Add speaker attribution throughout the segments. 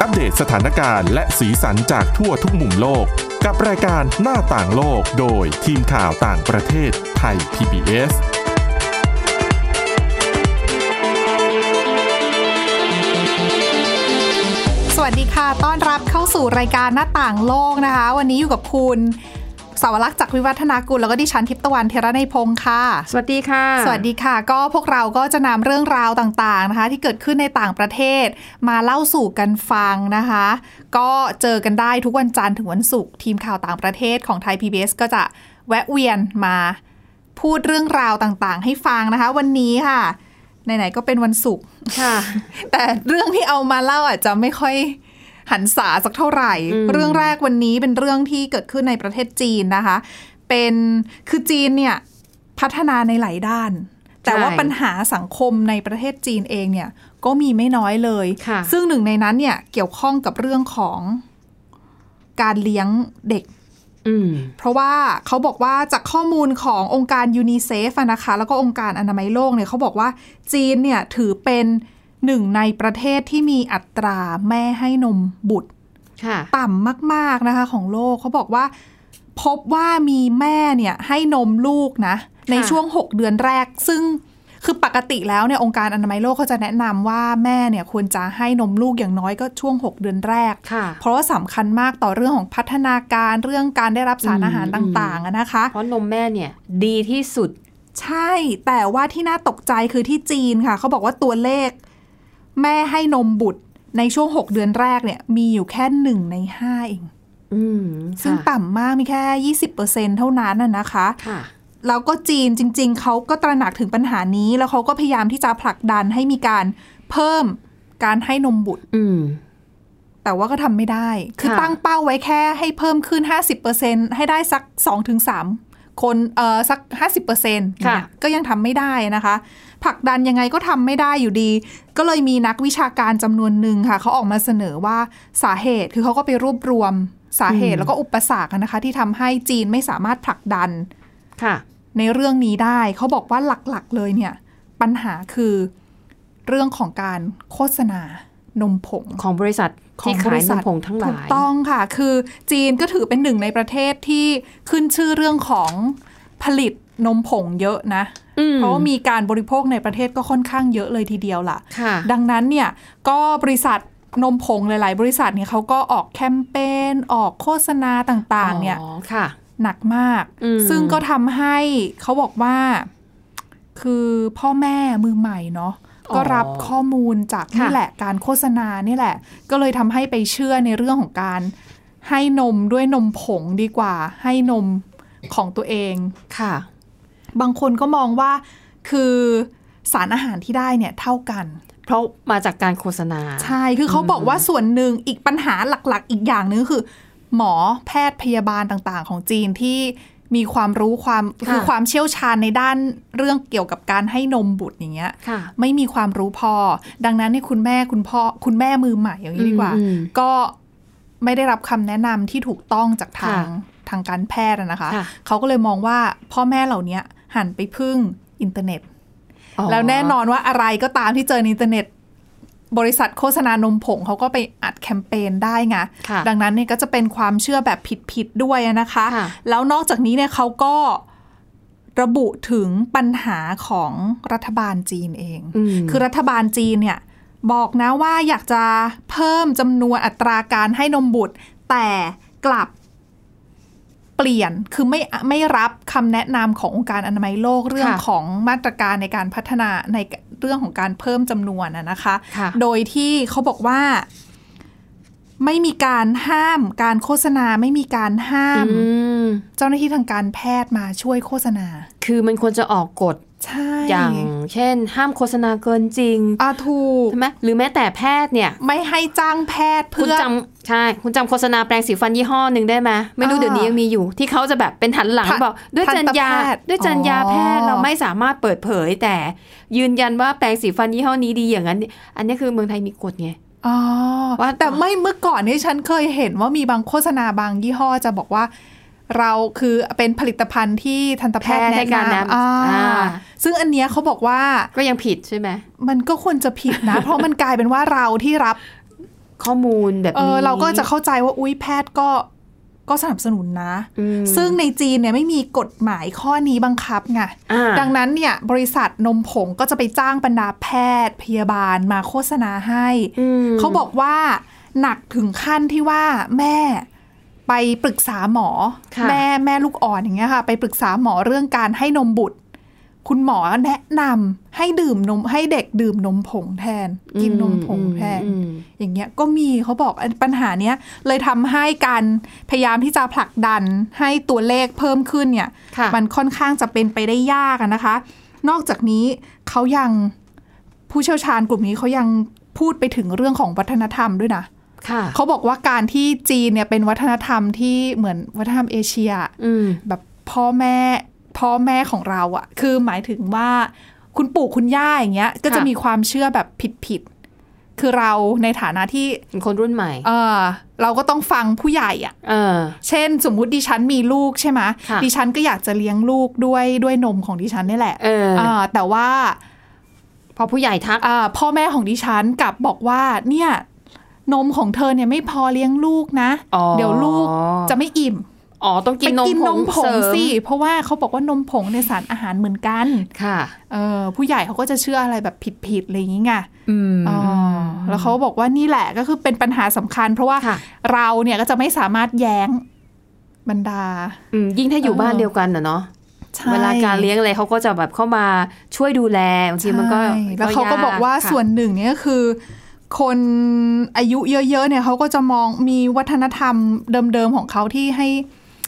Speaker 1: อัปเดตสถานการณ์และสีสันจากทั่วทุกมุมโลก กับรายการหน้าต่างโลกโดยทีมข่าวต่างประเทศไทย PBS
Speaker 2: สวัสดีค่ะ ต้อนรับเข้าสู่รายการหน้าต่างโลกนะคะ วันนี้อยู่กับคุณสาวรักษ์จากวิวัฒนากุลแล้วก็ดิฉันทิพย์ตะวันเทระในยพงค์ค่ะ
Speaker 3: สวัสดีค่ะ
Speaker 2: สวัสดีค่ะ ก็พวกเราก็จะนำเรื่องราวต่างๆนะคะ ที่เกิดขึ้นในต่างประเทศ มาเล่าสู่กันฟังนะคะ ก็เจอกันได้ทุกวันจันทร์ถึงวันศุกร์ทีมข่าวต่างประเทศของไทย PBS ก็จะแวะเวียนมาพูดเรื่องราวต่างๆ ให้ฟังนะคะ วันนี้ค่ะไหนๆก็เป็นวันศุกร์
Speaker 3: ค่ะ
Speaker 2: แต่เรื่องที่เอามาเล่าอาจจะไม่ค่อยหันษาสักเท่าไหร่
Speaker 3: อืม
Speaker 2: เรื่องแรกวันนี้เป็นเรื่องที่เกิดขึ้นในประเทศจีนนะคะ เป็นคือจีนเนี่ยพัฒนาในหลายด้าน แต่ว่าปัญหาสังคมในประเทศจีนเองเนี่ยก็มีไม่น้อยเลย
Speaker 3: ค่ะ
Speaker 2: ซึ่งหนึ่งในนั้นเนี่ยเกี่ยวข้องกับเรื่องของการเลี้ยงเด็ก
Speaker 3: อืม
Speaker 2: เพราะว่าเขาบอกว่าจากข้อมูลขององค์การยูนิเซฟนะคะ แล้วก็องค์การอนามัยโลกเนี่ยเขาบอกว่าจีนเนี่ยถือเป็นหนึ่งในประเทศที่มีอัตราแม่ให้นมบุตร
Speaker 3: ค่ะ
Speaker 2: ต่ำมากๆนะคะของโลกเขาบอกว่า พบว่ามีแม่เนี่ยให้นมลูกนะ ในช่วง 6 เดือนแรก ซึ่งคือปกติแล้วเนี่ยองค์การอนามัยโลกเขาจะแนะนำว่าแม่เนี่ยควรจะให้นมลูกอย่างน้อยก็ช่วง 6 เดือนแรก
Speaker 3: ค่ะ
Speaker 2: เพราะว่าสำคัญมากต่อเรื่องของพัฒนาการเรื่องการได้รับสาร
Speaker 3: อืม
Speaker 2: อาหารต่างๆอะนะคะ
Speaker 3: เพราะนมแม่เนี่ย ดีที่สุด
Speaker 2: ใช่แต่ว่าที่น่าตกใจคือที่จีนค่ะ เขาบอกว่าตัวเลข แม่ให้นมบุตรในช่วง 6 เดือนแรกเนี่ยมีอยู่แค่หนึ่งในห้าเอง
Speaker 3: อืม
Speaker 2: ซึ่ง
Speaker 3: ค่ะ
Speaker 2: ต่ำมากมีแค่ 20%เท่านั้นน่ะนะคะ
Speaker 3: ค่ะ
Speaker 2: แล้วก็จีนจริง ๆ เขาก็ตระหนักถึงปัญหานี้ แล้วเขาก็พยายามที่จะผลักดันให้มีการเพิ่มการให้นมบุตร
Speaker 3: อืม
Speaker 2: แต่ว่าก็ทำไม่ได้ คือ
Speaker 3: ค่ะ
Speaker 2: ตั้งเป้าไว้แค่ให้เพิ่มขึ้น 50%ให้ได้สัก 2-3 คน เอ่อ สัก 50%เนี่ยก็ยังทำไม่ได้นะคะ ผลักดันยังไงก็ทำไม่ได้อยู่ดี ก็เลยมีนักวิชาการจำนวนหนึ่งค่ะ เขาออกมาเสนอว่าสาเหตุ คือเขาก็ไปรวบรวมสาเหตุแล้วก็อุปสรรคนะคะ ที่ทำให้จีนไม่สามารถผลักดัน
Speaker 3: ค่ะ
Speaker 2: ในเรื่องนี้ได้เขาบอกว่าหลักๆเลยเนี่ย ปัญหาคือเรื่องของการโฆษณานมผง
Speaker 3: ของบริษัทที่
Speaker 2: ของบ
Speaker 3: ขาย
Speaker 2: ริ
Speaker 3: น
Speaker 2: ษัท
Speaker 3: มผงทั้งห
Speaker 2: ถู
Speaker 3: ลาก ย
Speaker 2: ต้องค่ะ คือจีนก็ถือเป็นหนึ่งในประเทศที่ขึ้นชื่อเรื่องของผลิตนมผงเยอะนะ
Speaker 3: อืม
Speaker 2: เพราะว่ามีการบริโภคในประเทศก็ค่อนข้างเยอะเลยทีเดียวล่ะ
Speaker 3: ค่ะ
Speaker 2: ดังนั้นเนี่ยก็บริษัทนมผงหลาย ๆ บริษัทเนี่ยเขาก็ออกแคมเปญออกโฆษณาต่าง ๆ เนี่ย
Speaker 3: อ๋อ ค่ะ
Speaker 2: หนักมาก
Speaker 3: อืม
Speaker 2: ซึ่งก็ทำให้เขาบอกว่า คือพ่อแม่มือใหม่เนาะ ก็รับข้อมูลจากนี่แหละการโฆษณานี่แหละ ก็เลยทำให้ไปเชื่อในเรื่องของการให้นมด้วยนมผงดีกว่า ให้นมของตัวเอง
Speaker 3: ค่ะ
Speaker 2: บางคนก็มองว่าคือสารอาหารที่ได้เนี่ยเท่ากัน
Speaker 3: เพราะมาจากการโฆษณา
Speaker 2: ใช่ คือเขาบอกว่าส่วนหนึ่งอีกปัญหาหลักๆ อีกอย่างหนึงคือ หมอแพทย์พยาบาลต่างๆ ของจีนที่มีความรู้ความ
Speaker 3: ค่ะ
Speaker 2: คือความเชี่ยวชาญในด้านเรื่องเกี่ยวกับการให้นมบุตรอย่างเงี้ย
Speaker 3: ค่ะ
Speaker 2: ไม่มีความรู้พอ ดังนั้นเนี่ยคุณแม่คุณพ่อคุณแม่มือใหม่อย่างนี้ดีกว่า
Speaker 3: อืมอืม
Speaker 2: ก็ไม่ได้รับคำแนะนำที่ถูกต้องจากทางทางการแพทย์อะนะคะ
Speaker 3: ค่ะ
Speaker 2: เขาก็เลยมองว่าพ่อแม่เหล่านี้หันไปพึ่งอินเทอร์เน็ต
Speaker 3: อ๋อ
Speaker 2: แล้วแน่นอนว่าอะไรก็ตามที่เจอในอินเทอร์เน็ต บริษัทโฆษณานมผงเขาก็ไปอัดแคมเปญได้ไง
Speaker 3: ค่ะ
Speaker 2: ดังนั้นเนี่ยก็จะเป็นความเชื่อแบบผิดๆด้วยนะคะ
Speaker 3: ค่ะ
Speaker 2: แล้วนอกจากนี้เนี่ยเขาก็ระบุถึงปัญหาของรัฐบาลจีนเอง
Speaker 3: ม
Speaker 2: คือรัฐบาลจีนเนี่ยบอกนะว่าอยากจะเพิ่มจำนวนอัตราการให้นมบุตร แต่กลับเปลี่ยนคือไม่ไม่รับคำแนะนำขององค์การอนามัยโลกเรื่องของมาตรการในการพัฒนาในเรื่องของการเพิ่มจำนวนนะนะคะ
Speaker 3: ค่ะ
Speaker 2: โดยที่เขาบอกว่าไม่มีการห้ามการโฆษณาไม่มีการห้าม
Speaker 3: อืม
Speaker 2: เจ้าหน้าที่ทางการแพทย์มาช่วยโฆษณา
Speaker 3: คือมันควรจะออกกฎ
Speaker 2: ใช่
Speaker 3: อย่างเช่น ห้ามโฆษณาเกินจริง
Speaker 2: อาถูก
Speaker 3: ใช่ไหมหรือแม้แต่แพทย์เนี่ย
Speaker 2: ไม่ให้จ้างแพทย์
Speaker 3: คุณ
Speaker 2: เพื่อ
Speaker 3: จำใช่ คุณจำโฆษณาแปรงสีฟันยี่ห้อหนึ่งได้ไหมไม่รู้
Speaker 2: อ่า
Speaker 3: เดี๋ยวนี้ยังมีอยู่ ที่เขาจะแบบเป็นหันหลัง
Speaker 2: ทัน
Speaker 3: บอกด้วยจรรยา
Speaker 2: ทันตแพทย์
Speaker 3: ด้วยจรรยาแพทย์
Speaker 2: อ๋อ
Speaker 3: เราไม่สามารถเปิดเผย แต่ยืนยันว่าแปรงสีฟันยี่ห้อนี้ดีอย่างนั้น อันนี้คือเมืองไทยมีกฎไง
Speaker 2: อ๋อ
Speaker 3: ว่า
Speaker 2: แต่ไม่เมื่อก่อนนี่ฉันเคยเห็นว่ามีบางโฆษณาบางยี่ห้อจะบอกว่า เราคือเป็นผลิตภัณฑ์ที่ทันตแพทย์
Speaker 3: แพทย์ให้
Speaker 2: แนะ
Speaker 3: การแนะ
Speaker 2: นำ
Speaker 3: นำ
Speaker 2: อ่า
Speaker 3: อ่า
Speaker 2: ซึ่งอันเนี้ยเขาบอกว่า
Speaker 3: ก็ยังผิดใช่ไหม
Speaker 2: มันก็ควรจะผิดนะ เพราะมันกลายเป็นว่าเราที่รับ
Speaker 3: ข้อมูลแบบ
Speaker 2: เอ
Speaker 3: นี้
Speaker 2: อเราก็จะเข้าใจว่าอุ้ยแพทย์ก็ก็สนับสนุนนะ
Speaker 3: อืม
Speaker 2: ซึ่งในจีนเนี่ยไม่มีกฎหมายข้อนี้บังคับไง
Speaker 3: อ่า
Speaker 2: ดังนั้นเนี่ยบริษัทนมผงก็จะไปจ้างบรรดาแพทย์พยาบาลมาโฆษณาให้
Speaker 3: อืม
Speaker 2: เขาบอกว่าหนักถึงขั้นที่ว่าแม่ไปปรึกษาหมอ
Speaker 3: ค่ะ
Speaker 2: แม่แม่ลูกอ่อนอย่างเงี้ยค่ะ ไปปรึกษาหมอเรื่องการให้นมบุตร คุณหมอแนะนำให้ดื่มนมให้เด็กดื่มนมผงแทน กินนมผงแทน
Speaker 3: อืม
Speaker 2: อย่างเงี้ยก็มีเขาบอกอันปัญหาเนี้ยเลยทำให้การพยายามที่จะผลักดันให้ตัวเลขเพิ่มขึ้นเนี่ย
Speaker 3: ค่ะ
Speaker 2: มันค่อนข้างจะเป็นไปได้ยากอะนะคะ นอกจากนี้เขายังผู้เชี่ยวชาญกลุ่มนี้เขายังพูดไปถึงเรื่องของวัฒนธรรมด้วยนะ
Speaker 3: ค่ะ
Speaker 2: เขาบอกว่าการที่จีนเนี่ยเป็นวัฒนธรรมที่เหมือนวัฒนธรรมเอเชีย
Speaker 3: อืม
Speaker 2: แบบพ่อแม่พ่อแม่ของเราอะคือหมายถึงว่าคุณปู่คุณย่าอย่างเงี้ยก็จะ
Speaker 3: ค่ะ
Speaker 2: มีความเชื่อแบบผิดๆคือเราในฐานะที่
Speaker 3: เป็นคนรุ่นใหม่
Speaker 2: เออเราก็ต้องฟังผู้ใหญ่อะ
Speaker 3: เออ
Speaker 2: เช่น สมมุติดิฉันมีลูกใช่ไหม
Speaker 3: ค่ะ
Speaker 2: ดิฉันก็อยากจะเลี้ยงลูกด้วยด้วยนมของดิฉันนี่แหละ
Speaker 3: เออ
Speaker 2: เออแต่ว่า
Speaker 3: พอผู้ใหญ่ทัก
Speaker 2: เอ่อพ่อแม่ของดิฉันกลับบอกว่าเนี่ยนมของเธอเนี่ยไม่พอเลี้ยงลูกนะ
Speaker 3: อ๋อ
Speaker 2: เดี๋ยวลูกจะไม่อิ่ม
Speaker 3: อ๋อต้องกิน
Speaker 2: ไป
Speaker 3: นม
Speaker 2: กินนมผ
Speaker 3: ผ
Speaker 2: ง
Speaker 3: ง
Speaker 2: สิ
Speaker 3: เริม
Speaker 2: เพราะว่าเขาบอกว่านมผงในยสารอาหารเหมือนกัน
Speaker 3: ค่ะ
Speaker 2: เออผู้ใหญ่เขาก็จะเชื่ออะไรแบบผิดๆอะไรอย่างงี้ไง
Speaker 3: อืม
Speaker 2: อ๋อแล้วเขาบอกว่านี่แหละก็คือเป็นปัญหาสำคัญ เพราะว่า
Speaker 3: ค่ะ
Speaker 2: เราเนี่ยก็จะไม่สามารถแย้งบรรดา
Speaker 3: อืมยิ่งถ้าอยู่
Speaker 2: เออ
Speaker 3: บ้านเดียวกันน่ะเนาะเวลาการเลี้ยงอะไรเขาก็จะแบบเข้ามาช่วยดูแลบางทีมันก็
Speaker 2: ใช่แล้วเขาก็
Speaker 3: ย
Speaker 2: บอกว่า
Speaker 3: ค่ะ
Speaker 2: ส่วนหนึ่งเนี่ยก็คือ คนอายุเยอะๆเนี่ยเขาก็จะมองมีวัฒนธรรมเดิมๆของเขาที่ให้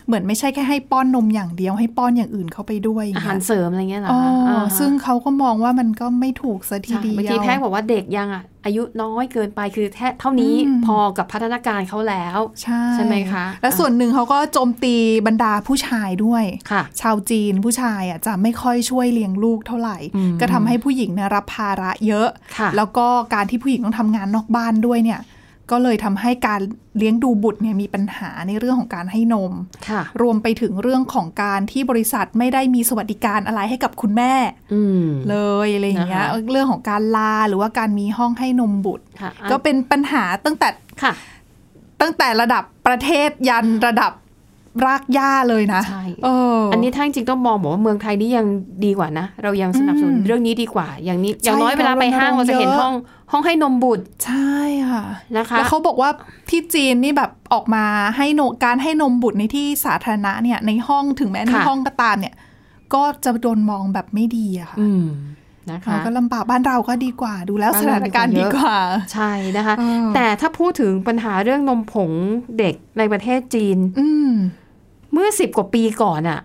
Speaker 2: เหมือนไม่ใช่แค่ให้ป้อนนมอย่างเดียวให้ป้อนอย่างอื่นเข้าไปด้วยอย่ง
Speaker 3: อา
Speaker 2: เงี้ย
Speaker 3: หารเสริมอะไรเงี้ยเหรอ
Speaker 2: อ๋อ
Speaker 3: คะ
Speaker 2: อา
Speaker 3: ฮะ
Speaker 2: ซึ่งเขาก็มองว่ามันก็ไม่ถูกซะที
Speaker 3: ใช่
Speaker 2: เดียว
Speaker 3: บางทีแพทย์บอกว่าเด็กยังอ่ะอายุน้อยเกินไปคือแค่เท่านี้
Speaker 2: อืม
Speaker 3: พอกับพัฒนาการเขาแล้ว
Speaker 2: ใช่
Speaker 3: ใช่ไหมคะ
Speaker 2: และส่วนหนึ่งเขาก็โจมตีบรรดาผู้ชายด้วย
Speaker 3: ค่ะ
Speaker 2: ชาวจีนผู้ชายอ่ะจะไม่ค่อยช่วยเลี้ยงลูกเท่าไหร่
Speaker 3: อืม
Speaker 2: ก็ทำให้ผู้หญิงเนยรับภาระเยอะ
Speaker 3: ค่ะ
Speaker 2: แล้วก็การที่ผู้หญิงต้องทำงานนอกบ้านด้วยเนี่ย ก็เลยทำให้การเลี้ยงดูบุตรเนี่ยมีปัญหาในเรื่องของการให้นม
Speaker 3: ค่ะ
Speaker 2: รวมไปถึงเรื่องของการที่บริษัทไม่ได้มีสวัสดิการอะไรให้กับคุณแม่
Speaker 3: อืม
Speaker 2: เลยอะไรอย่างเงี้ย
Speaker 3: นะคะ
Speaker 2: เรื่องของการลาหรือว่าการมีห้องให้นมบุตร
Speaker 3: ค่ะ
Speaker 2: ก็เป็นปัญหาตั้งแต่
Speaker 3: ค่ะ
Speaker 2: ตั้งแต่ระดับประเทศยันระดับรากหญ้าเลยนะ
Speaker 3: ใช่
Speaker 2: เอออั
Speaker 3: อันนี้ถ้าจริงๆต้องมองบอกว่าเมืองไทยนี่ยังดีกว่านะ เรายังสนับสนุน
Speaker 2: อืม
Speaker 3: เรื่องนี้ดีกว่า อย่างนี้ อย่าง
Speaker 2: ใช่
Speaker 3: น้อยเวลาไปห้าง
Speaker 2: เรารณรงค์
Speaker 3: เราจะเห็น
Speaker 2: เยอะ
Speaker 3: ห้องห้องให้นมบุตร
Speaker 2: ใช่ค่ะ
Speaker 3: นะคะ
Speaker 2: แล้วเขาบอกว่าที่จีนนี่แบบออกมาให้นมการให้นมบุตรในที่สาธารณะเนี่ยในห้องถึงแม้ใน
Speaker 3: ค่ะ
Speaker 2: ห้องก็ตามเนี่ย ก็จะโดนมองแบบไม่ดีอะค่ะ
Speaker 3: อืมนะ
Speaker 2: เรา
Speaker 3: คะ
Speaker 2: ก็ลำบากบ้านเราก็ดีกว่า ดูแล้วส
Speaker 3: บ้านเรา
Speaker 2: ถานการณ์
Speaker 3: ดี
Speaker 2: ดี
Speaker 3: ก
Speaker 2: ก
Speaker 3: ว่า
Speaker 2: ว่า
Speaker 3: ใช่นะคะ
Speaker 2: เออ
Speaker 3: แต่ถ้าพูดถึงปัญหาเรื่องนมผงเด็กในประเทศจีน
Speaker 2: อืม
Speaker 3: เมื่อสิบกว่าปีก่อนอะ่ะ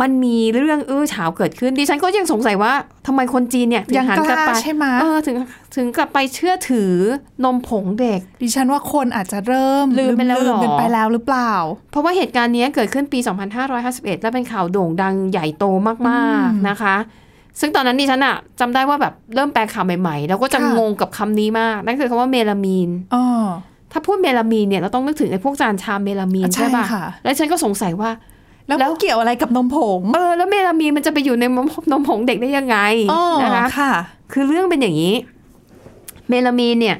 Speaker 3: มันมีเรื่องอื้อฉาวเกิดขึ้น ดิฉันก็ยังสงสัยว่าทำไมคนจีนเนี่ยถึ
Speaker 2: ยัง
Speaker 3: หัน
Speaker 2: กล้าก
Speaker 3: ลับไป
Speaker 2: ใช่ไหม
Speaker 3: เออถึงถึงกลับไปเชื่อถือนมผงเด็ก
Speaker 2: ดิฉันว่าคนอาจจะเริ่ม
Speaker 3: ลืมไปแล้ว
Speaker 2: ลืม
Speaker 3: หรอ
Speaker 2: กันไปแล้วหรือเปล่า
Speaker 3: เพราะว่าเหตุการณ์เนี้ยเกิดขึ้นปี 2551 และเป็นข่าวโด่งดังใหญ่โตมาก
Speaker 2: อืม
Speaker 3: ๆนะคะ ซึ่งตอนนั้นดิฉันอะจำได้ว่าแบบเริ่มแปลข่าวใหม่ๆ แล้วก็จะ
Speaker 2: ค่ะ
Speaker 3: งงกับคำนี้มาก นั่นคือคำว่าเมลามีน
Speaker 2: อ๋อ
Speaker 3: ถ้าพูดเมลามีนเนี่ยเราต้องนึกถึงไอ้พวกจานชามเมลามีน
Speaker 2: อ่ะใช่
Speaker 3: ใช่ป่ะ
Speaker 2: ค่ะ
Speaker 3: แล้วฉันก็สงสัยว่า
Speaker 2: แล้ว
Speaker 3: แล้ว
Speaker 2: เกี่ยวอะไรกับนมผง
Speaker 3: เออแล้วเมลามีนมันจะไปอยู่ในนมนมผงเด็กได้ยังไง
Speaker 2: อ๋อ
Speaker 3: นะคะ
Speaker 2: ค่ะ
Speaker 3: คือเรื่องเป็นอย่างนี้ เมลามีนเนี่ย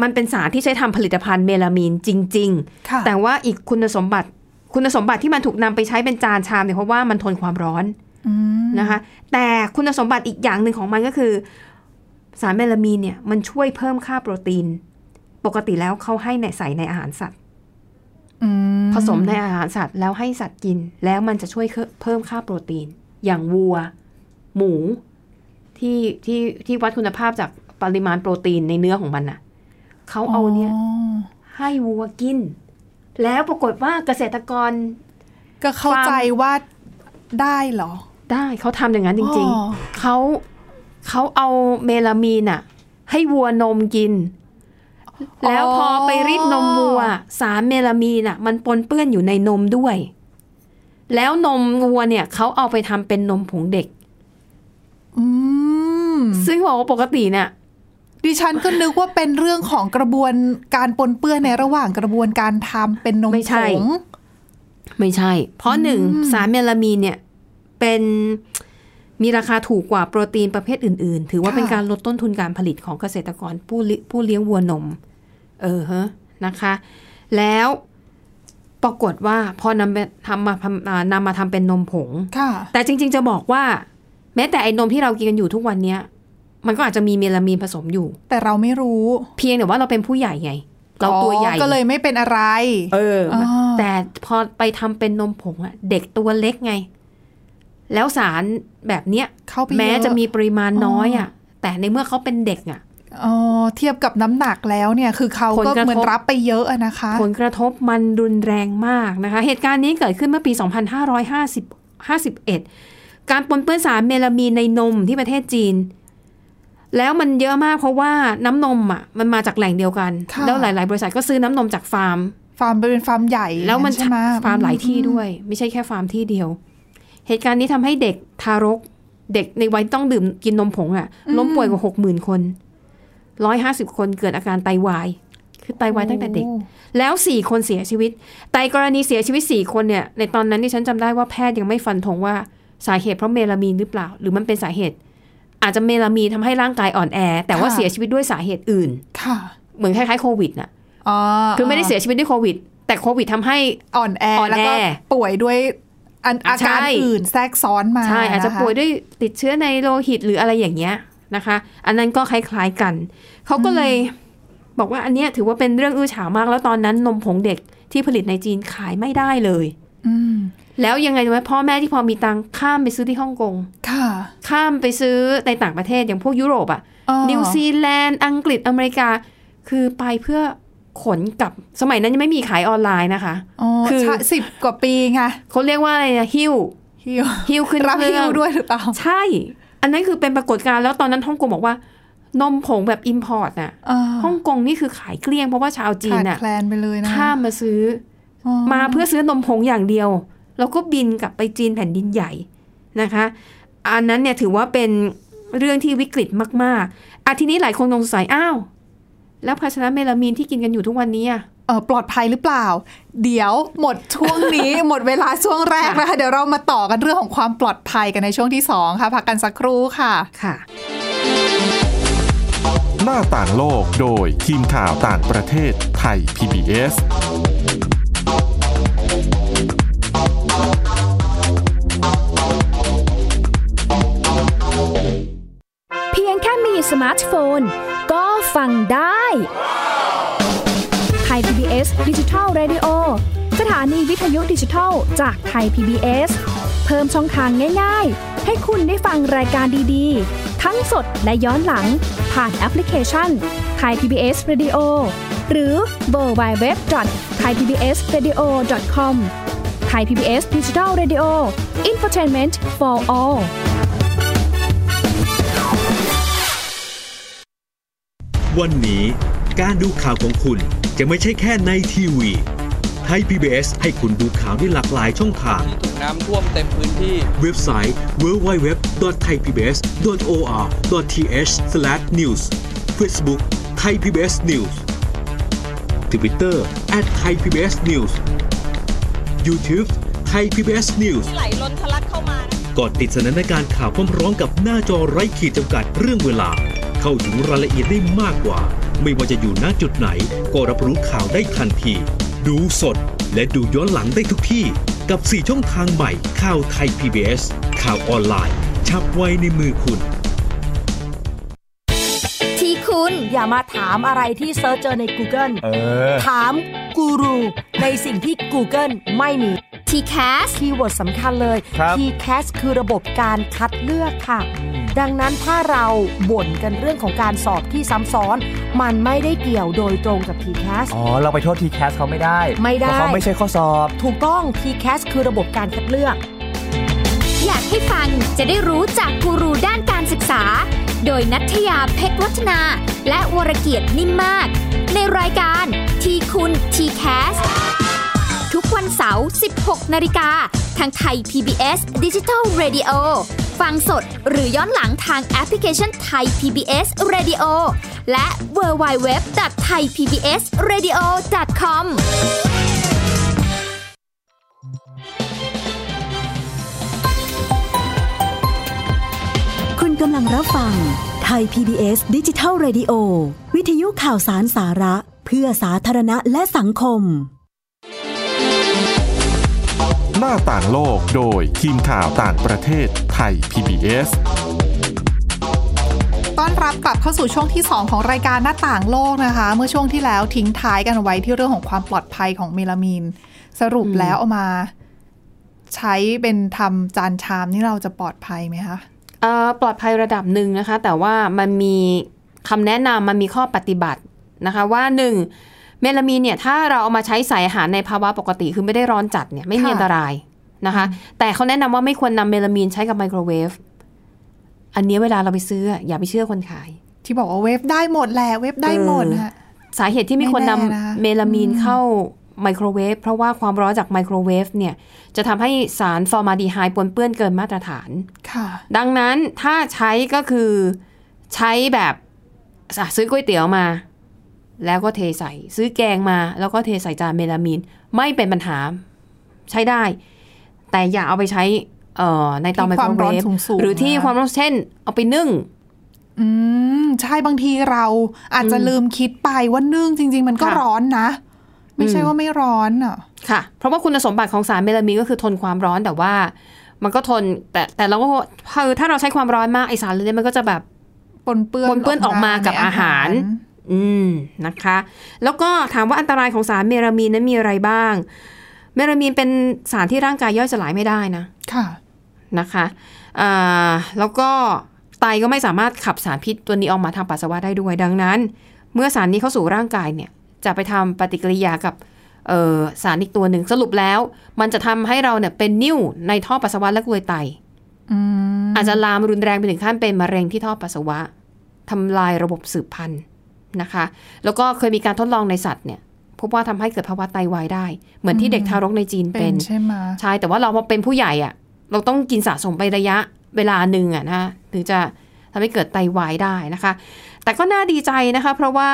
Speaker 3: มันเป็นสารที่ใช้ทำผลิตภัณฑ์เมลามีนจริง
Speaker 2: ค่ะ
Speaker 3: ๆ แต่ว่าอีกคุณสมบัติ คุณสมบัติที่มันถูกนำไปใช้เป็นจานชามเนี่ยเพราะว่ามันทนความร้อน
Speaker 2: อืม
Speaker 3: นะคะ แต่คุณสมบัติอีกอย่างหนึ่งของมันก็คือ สารเมลามีนเนี่ยมันช่วยเพิ่มค่าโปรตีน ปกติแล้วเขาให้ในใส่ในอาหารสัตว์
Speaker 2: อื
Speaker 3: ผสมในอาหารสัตว์แล้วให้สัตว์กิน แล้วมันจะช่วยเพิ่มค่าโปรตีน อย่างวัว หมู ที่ที่ที่วัดคุณภาพจากปริมาณโปรตีนในเนื้อของมันน่ะเขาเอาเนี่ย
Speaker 2: อ๋อ
Speaker 3: ให้วัวกิน แล้วปรากฏว่าเกษตรกร
Speaker 2: ก็เข้าใจว่าได้เหรอ
Speaker 3: ได้เขาทำอย่างนั้นจริง
Speaker 2: อ๋อ
Speaker 3: ๆเขาเขาเอาเมลามีนน่ะ ให้วัวนมกิน แล้วพอไปรีดนมวัว สารเมลามีนอ่ะ มันปนเปื้อนอยู่ในนมด้วย แล้วนมวัวเนี่ยเขาเอาไปทำเป็นนมผงเด็ก
Speaker 2: อืม
Speaker 3: ซึ่งบอกว่าปกติเนี่ย
Speaker 2: ดิฉันก็นึกว่าเป็นเรื่องของกระบวนการปนเปื้อนในระหว่างกระบวนการทำเป็นนมผง
Speaker 3: ไม่ใช่ เพราะหนึ่งสารเมลามีนเนี่ยเป็นมีราคาถูกกว่าโปรตีนประเภทอื่น ๆ ถือว่า
Speaker 2: ค่ะ
Speaker 3: เป็นการลดต้นทุนการผลิตของเกษตรกรผู้ลิผู้เลี้ยงวัวนม เออฮะนะคะ แล้วปรากฏว่าพอนำไปทำมาทำอ่านำมาทำเป็นนมผง
Speaker 2: ค่ะ
Speaker 3: แต่จริง ๆ จะบอกว่า แม้แต่ไอ้นมที่เรากินกันอยู่ทุกวันเนี้ย มันก็อาจจะมีเมลามีนผสมอยู่
Speaker 2: แต่เราไม่รู้
Speaker 3: เพียงแต่ว่าเราเป็นผู้ใหญ่ไง เราตัวใหญ่
Speaker 2: อ๋อก็เลยไม่เป็นอะไร
Speaker 3: เออ
Speaker 2: อ๋อ
Speaker 3: แต่พอไปทำเป็นนมผงอะเด็กตัวเล็กไง แล้วสารแบบเนี้ย
Speaker 2: เข้าไปเยอ
Speaker 3: แม้จะมีปริมาณน้อยอะแต่ในเมื่อเขาเป็นเด็กอะ
Speaker 2: อ๋อเทียบกับน้ำหนักแล้วเนี่ย คือเขา
Speaker 3: ผลก
Speaker 2: ก็
Speaker 3: ระทบ
Speaker 2: เหมือนรับไปเยอะอะนะคะ
Speaker 3: ผลกระทบมันรุนแรงมากนะคะ เหตุการณ์นี้เกิดขึ้นเมื่อปี 2550 51 การปนเปื้อนสารเมลามีนในนมที่ประเทศจีน แล้วมันเยอะมากเพราะว่าน้ำนมอ่ะมันมาจากแหล่งเดียวกัน
Speaker 2: ค่ะ
Speaker 3: แล้วหลาย ๆ บริษัทก็ซื้อน้ำนมจากฟาร์ม
Speaker 2: ฟาร์มเป็นฟาร์มใหญ่
Speaker 3: แล้วมัน
Speaker 2: ใช่ไหม
Speaker 3: ฟาร์มหลายที่ด้วย ไม่ใช่แค่ฟาร์มที่เดียว เหตุการณ์นี้ทำให้เด็กทารก เด็กในวัยต้องดื่มกินนมผงอ่ะ ล้มป่วยกว่าหกหมื่นคนร้อยห้าสิบคนเกิดอาการไตวาย คือไตวายตั้งแต่เด็ก
Speaker 2: โอ้
Speaker 3: แล้วสี่คนเสียชีวิต แต่กรณีเสียชีวิตสี่คนเนี่ย ในตอนนั้นที่ฉันจำได้ว่าแพทย์ยังไม่ฟันธงว่าสาเหตุเพราะเมลามีนหรือเปล่า หรือมันเป็นสาเหตุ อาจจะเมลามีนทำให้ร่างกายอ่อนแอ แต่ว่าเสียชีวิตด้วยสาเหตุอื่น
Speaker 2: ค่ะ
Speaker 3: เหมือนคล้ายๆโควิดน่ะ
Speaker 2: อ๋อ
Speaker 3: คือไม่ได้เสียชีวิตด้วยโควิด แต่โควิดทำให้
Speaker 2: อ่อนแอ
Speaker 3: อ่อน
Speaker 2: แล้วก็
Speaker 3: แอ
Speaker 2: ป่วยด้วยอันอาการ
Speaker 3: ใช่
Speaker 2: อื่นแทรกซ้อนมา
Speaker 3: ใช่อาจจะ
Speaker 2: นค
Speaker 3: ป่วยด้วยติดเชื้อในโลหิตหรืออะไรอย่างเงี้ยนะคะ อันนั้นก็คล้ายๆกัน เขาก็เลยบอกว่าอันเนี้ยถือว่าเป็นเรื่องอื้อฉาวมาก แล้วตอนนั้นนมผงเด็กที่ผลิตในจีนขายไม่ได้เลย
Speaker 2: อืม
Speaker 3: แล้วยังไงรู้ไหมพ่อแม่ที่พอมีตังค์ข้ามไปซื้อที่ฮ่องกง
Speaker 2: ค่ะ
Speaker 3: ข้ามไปซื้อในต่างประเทศอย่างพวกยุโรปอะ
Speaker 2: อ๋อ
Speaker 3: นิวซีแลนด์อังกฤษอเมริกา คือไปเพื่อขนกลับสมัยนั้นยังไม่มีขายออนไลน์นะคะ
Speaker 2: อ๋อ
Speaker 3: คือ
Speaker 2: สิบกว่าปีไง
Speaker 3: เขาเรียกว่าอะไรนะหิ้ว
Speaker 2: ฮิว
Speaker 3: หิ้วขึ้น
Speaker 2: รับ
Speaker 3: เครื่
Speaker 2: ฮิ
Speaker 3: อ
Speaker 2: ว
Speaker 3: ง
Speaker 2: ด้วยหรือเปล่า
Speaker 3: ใช่ อันนั้นคือเป็นปรากฏการณ์แล้วตอนนั้นฮ่องกงบอกว่า นมผงแบบอิมพอร์ตน่ะ
Speaker 2: อ่า
Speaker 3: ฮ่องกงนี่คือขายเกลี้ยงเพราะว่าชาวจีน
Speaker 2: ขาด
Speaker 3: น่ะ
Speaker 2: แคลนไปเลยนะ
Speaker 3: ข้ามมาซื้อ
Speaker 2: อ๋อ
Speaker 3: อมาเพื่อซื้อนมผงอย่างเดียว แล้วก็บินกลับไปจีนแผ่นดินใหญ่นะคะ อันนั้นเนี่ยถือว่าเป็นเรื่องที่วิกฤตมากๆอาทีนี้หลายคนสงสัยอ้าว แล้วภาชนะเมลามีนที่กินกันอยู่ทุกวันนี้อะ
Speaker 2: เออปลอดภัยหรือเปล่า เดี๋ยวหมดช่วงนี้ หมดเวลาช่วงแรกนะคะ เดี๋ยวเรามาต่อกันเรื่องของความปลอดภัยกันในช่วงที่ 2 ค่ะ พักกันสักครู่ค่ะ
Speaker 3: ค่ะ
Speaker 1: หน้าต่างโลกโดยทีมข่าวต่างประเทศไทย PBS
Speaker 4: เพียงแค่มีสมาร์ทโฟน ก็ฟังได้ไทย PBS ดิจิทัล Radio สถานีวิทยุดิจิทัลจากไทย PBS เพิ่มช่องทางง่ายๆ ให้คุณได้ฟังรายการดีๆ ทั้งสดและย้อนหลัง ผ่านแอปพลิเคชันไทย PBS Radio หรือเวอร์บายเว็บจอดไทยพีบีเอสเรดิโอคอมไทยพีบีเอสดิจิทัลเรดิโออินฟอร์ทนเมนต์ for all
Speaker 5: วันนี้การดูข่าวของคุณจะไม่ใช่แค่ในทีวีไทย PBS ให้คุณดูข่าวได้หลากหลายช่องทาง
Speaker 6: ที่ถูกน้ำท่วมเต็มพื้นที่
Speaker 5: เว็บไซต์ www.thaipbs.or.th/news Facebook Thai PBS News Twitter @thaipbsnews YouTube Thai PBS News
Speaker 7: ไหลล้นทะลักเข้ามา
Speaker 5: ก่อนติดสนันในการณ์ข่าวพร้อมๆกับหน้าจอไร้ขีดจำกัดเรื่องเวลา เข้าถึงรายละเอียดได้มากกว่า ไม่ว่าจะอยู่ณจุดไหน ก็รับรู้ข่าวได้ทันที ดูสดและดูย้อนหลังได้ทุกที่ กับ 4 ช่องทางใหม่ข่าวไทย PBS ข่าวออนไลน์ ชับไว้ในมือคุณ
Speaker 8: ที่คุณอย่ามาถามอะไรที่เซิร์ชเจอใน Google ถามกูรูในสิ่งที่ Google ไม่มี
Speaker 7: t c a s
Speaker 8: คีย์เวิร์ดสำคัญเลย
Speaker 9: ครับ
Speaker 8: t c a s คือระบบการคัดเลือกค่ะ ดังนั้นถ้าเราบ่นกันเรื่องของการสอบที่ซ้ำซ้อน มันไม่ได้เกี่ยวโดยตรงกับ t c a s
Speaker 9: อ๋อ เราไปโทษทีแคสเขาไม่ได้
Speaker 8: ไม่ได้
Speaker 9: เพราะเขาไม่ใช่ข้อสอบ
Speaker 8: ถูกต้อง t c a s คือระบบการคัดเลือก
Speaker 7: อยากให้ฟังจะได้รู้จากกูรูด้านการศึกษา โดยนัทยาเพชรวัฒนา และวรเกียดนิ่มมาก ในรายการทีคุณ t c a s ทุกวันเสาร์ 16 นาฬิกา ทางไทย PBS Digital Radio ฟังสดหรือย้อนหลังทางแอปพลิเคชันไทย PBS Radio และ w w w t h a i p b s r a d i o c o m
Speaker 10: คุณกำลังรับฟังไทย PBS ดิจิทัล Radio วิทยุข่าวสารสาระ เพื่อสาธารณะและสังคม
Speaker 1: หน้าต่างโลกโดยทีมข่าวต่างประเทศไทย PBS
Speaker 2: ต้อนรับกลับเข้าสู่ช่วงที่ 2 ของรายการหน้าต่างโลกนะคะ เมื่อช่วงที่แล้วทิ้งท้ายกันไว้ที่เรื่องของความปลอดภัยของเมลามีน สรุปแล้วเอามา ใช้เป็นทำจานชามนี่เราจะปลอดภัยไหมคะ
Speaker 3: เอ่อปลอดภัยระดับหนึ่งนะคะ แต่ว่ามันมีคำแนะนำมันมีข้อปฏิบัตินะคะว่าหนึ่งเมลามีนเนี่ยถ้าเราเอามาใช้ใส่อาหารในภาวะปกติคือไม่ได้ร้อนจัดเนี่ยไม่มี
Speaker 2: ค่ะ
Speaker 3: อันตรายนะคะ แต่เขาแนะนำว่าไม่ควรนำเมลามีนใช้กับไมโครเวฟอันเนี้ยเวลาเราไปซื้ออย่าไปเชื่อคนขาย
Speaker 2: ที่บอกว่าเวฟได้หมดแหละเวฟได้หมดฮะ
Speaker 3: สาเหตุที่ไม่
Speaker 2: ไม่
Speaker 3: ควรนำ
Speaker 2: แน่นะคะ
Speaker 3: เมลามีน
Speaker 2: อืม
Speaker 3: เข้าไมโครเวฟเพราะว่าความร้อนจากไมโครเวฟเนี่ยจะทำให้สารฟอร์มาลดีไฮด์ปนเปื้อนเกินมาตรฐาน
Speaker 2: ค่ะ
Speaker 3: ดังนั้นถ้าใช้ก็คือใช้แบบอ่ะซื้อก๋วยเตี๋ยวมา แล้วก็เทใส่ ซื้อแกงมา แล้วก็เทใส่จานเมลามีน ไม่เป็นปัญหาใช้ได้ แต่อย่าเอาไปใช้เอ่อในเตา
Speaker 2: ที่
Speaker 3: ไม
Speaker 2: ค
Speaker 3: โคร
Speaker 2: วาม
Speaker 3: เว
Speaker 2: ร้อน
Speaker 3: ฟ
Speaker 2: สูงๆ
Speaker 3: หรือที่
Speaker 2: นะ
Speaker 3: ความร้อนเช่น เอาไปนึ่ง
Speaker 2: อืมใช่บางทีเราอาจจะลืมคิดไปว่านึ่งจริง ๆ มันก็
Speaker 3: ค่ะ
Speaker 2: ร้อนนะ ไม่ใช่
Speaker 3: อืม
Speaker 2: ว่าไม่ร้อนอ่ะ
Speaker 3: ค่ะ เพราะว่าคุณสมบัติของสารเมลามีนก็คือทนความร้อนแต่ว่า มันก็ทนแต่แต่เราก็คือถ้าเราใช้ความร้อนมากไอสารเหลยมันก็จะแบบ
Speaker 2: ปนเปื้อน
Speaker 3: ปนเปื้อนออกมากับ
Speaker 2: ใน
Speaker 3: อาหาร อืมนะคะ แล้วก็ถามว่าอันตรายของสารเมลามีนนั้นมีอะไรบ้าง เมลามีนเป็นสารที่ร่างกายย่อยสลายไม่ได้นะ
Speaker 2: ค่ะ
Speaker 3: นะคะอ่าแล้วก็ไตก็ไม่สามารถขับสารพิษตัวนี้ออกมาทางปัสสาวะได้ด้วย ดังนั้น เมื่อสารนี้เข้าสู่ร่างกายเนี่ยจะไปทำปฏิกิริยากับเอ่อสารอีกตัวหนึ่งสรุปแล้ว มันจะทำให้เราเนี่ยเป็นนิ่วในท่อปัสสาวะและกลวยไต
Speaker 2: อืม
Speaker 3: อาจจะลามรุนแรงไปถึงขั้นเป็นมะเร็งที่ท่อปัสสาวะทำลายระบบสืบพันธุ์นะคะ แล้วก็เคยมีการทดลองในสัตว์เนี่ย พบว่าทำให้เกิดภาวะไตวายได้ เหมือนที่เด็กทารกในจีน
Speaker 2: เป็
Speaker 3: เป็น น
Speaker 2: ใช่ไหม
Speaker 3: ใช่ แต่ว่าเรามาเป็นผู้ใหญ่อะเราต้องกินสะสมไประยะเวลาหนึ่งอะนะคะถึงจะทำให้เกิดไตวายได้นะคะ แต่ก็น่าดีใจนะคะ เพราะว่า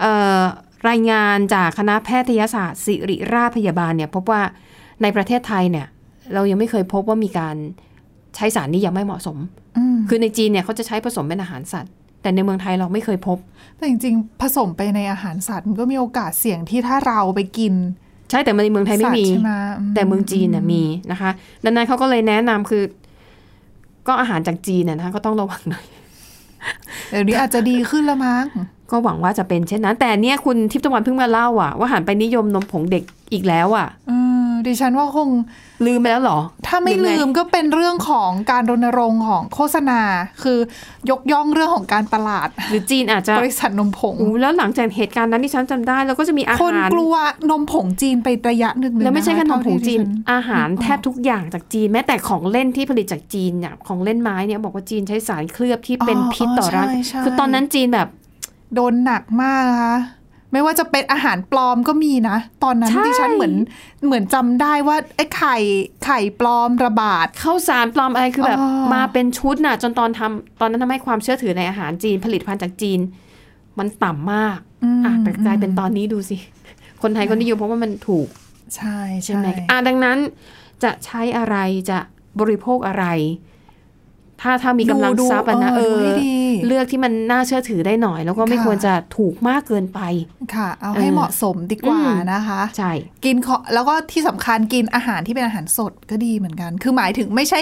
Speaker 3: เอ่อรายงานจากคณะแพทยศาสตร์ศิริราชพยาบาลเนี่ยพบว่าในประเทศไทยเนี่ย เรายังไม่เคยพบว่ามีการใช้สารนี้อย่างไม่เหมาะสม
Speaker 2: อืม
Speaker 3: คือในจีนเนี่ยเขาจะใช้ผสมเป็นอาหารสัตว์ แต่ในเมืองไทยเราไม่เคยพบ
Speaker 2: แต่จริงๆ ผสมไปในอาหารสัตว์มันก็มีโอกาสเสี่ยงที่ถ้าเราไปกิน
Speaker 3: ใช่แต่ในเมืองไทยไม่มี
Speaker 2: สัตว์ใช่ไหม
Speaker 3: แต่เมืองจีนเนี่ยมีนะคะดังนั้นเขาก็เลยแนะนำคือ ก็อาหารจากจีนเนี่ยนะคะก็ต้องระวังหน่อย
Speaker 2: เดี๋ยวนี้อาจจะดีขึ้นละมั้ง
Speaker 3: ก็หวังว่าจะเป็นเช่นนั้น แต่เนี่ยคุณทิพย์ตะวันเพิ่งมาเล่าอ่ะว่าหันไปนิยมนมผงเด็กอีกแล้วอ่ะ
Speaker 2: เออดิฉันว่าคง
Speaker 3: ลืมไปแล้วเหรอ
Speaker 2: ถ้าไม่
Speaker 3: หรือไง
Speaker 2: ลืมก็เป็นเรื่องของการรณรงค์ของโฆษณา คือยกย่องเรื่องของการตลาด
Speaker 3: หรือจีนอาจจะ
Speaker 2: บริษัทนมผง
Speaker 3: อู้แล้วหลังจากเหตุการณ์นั้นที่ฉันจำได้ แล้วก็จะมีอา
Speaker 2: คน
Speaker 3: หาร
Speaker 2: กลัวนมผงจีนไประยะหนึ่งเลย
Speaker 3: แล้วไม่ใช่แค่นมผงจีน
Speaker 2: เท่าที่ดิฉั
Speaker 3: อาหารแทบทุกอย่างจากจีน แม้แต่ของเล่นที่ผลิตจากจีนเนี่ยของเล่นไม้เนี่ยบอกว่าจีนใช้สารเคลือบที่เป็นพิษต่อร่าง
Speaker 2: ใช่ใช่
Speaker 3: คือตอนนั้นจีนแบบ
Speaker 2: โดนหนักมากนะคะไม่ว่าจะเป็นอาหารปลอมก็มีนะ ตอนนั้น
Speaker 3: ใช่
Speaker 2: ดิฉันเหมือนเหมือนจำได้ว่าไอ้ไข่ไข่ปลอมระบาด
Speaker 3: ข้าวสารปลอมอะไรคือแบบ
Speaker 2: อ๋อ
Speaker 3: มาเป็นชุดน่ะ จนตอนทำตอนนั้นทำให้ความเชื่อถือในอาหารจีนผลิตภัณฑ์จากจีน มันต่ำมาก
Speaker 2: ม
Speaker 3: อ่ะแต่กลายเป็นตอนนี้ดูสิ คนไทยก็นิยมเพราะว่ามันถูก
Speaker 2: ใช่
Speaker 3: ใช่ไหม
Speaker 2: ใช่
Speaker 3: อ่ะดังนั้นจะใช้อะไรจะบริโภคอะไร ถ้าถ้ามีกำลัง
Speaker 2: ดูดู
Speaker 3: ทรัพย์อะนะ
Speaker 2: เอ
Speaker 3: เอ
Speaker 2: อ
Speaker 3: อ
Speaker 2: ดูให้ดี
Speaker 3: เลือกที่มันน่าเชื่อถือได้หน่อย แล้วก็ไม่
Speaker 2: ค่ะ
Speaker 3: ควรจะถูกมากเกินไป
Speaker 2: ค่ะ เอาให้
Speaker 3: เออ
Speaker 2: เหมาะสมดีกว่า
Speaker 3: อืม
Speaker 2: นะคะ
Speaker 3: ใช่
Speaker 2: กินขอแล้วก็ที่สำคัญกินอาหารที่เป็นอาหารสดก็ดีเหมือนกัน คือหมายถึงไม่ใช่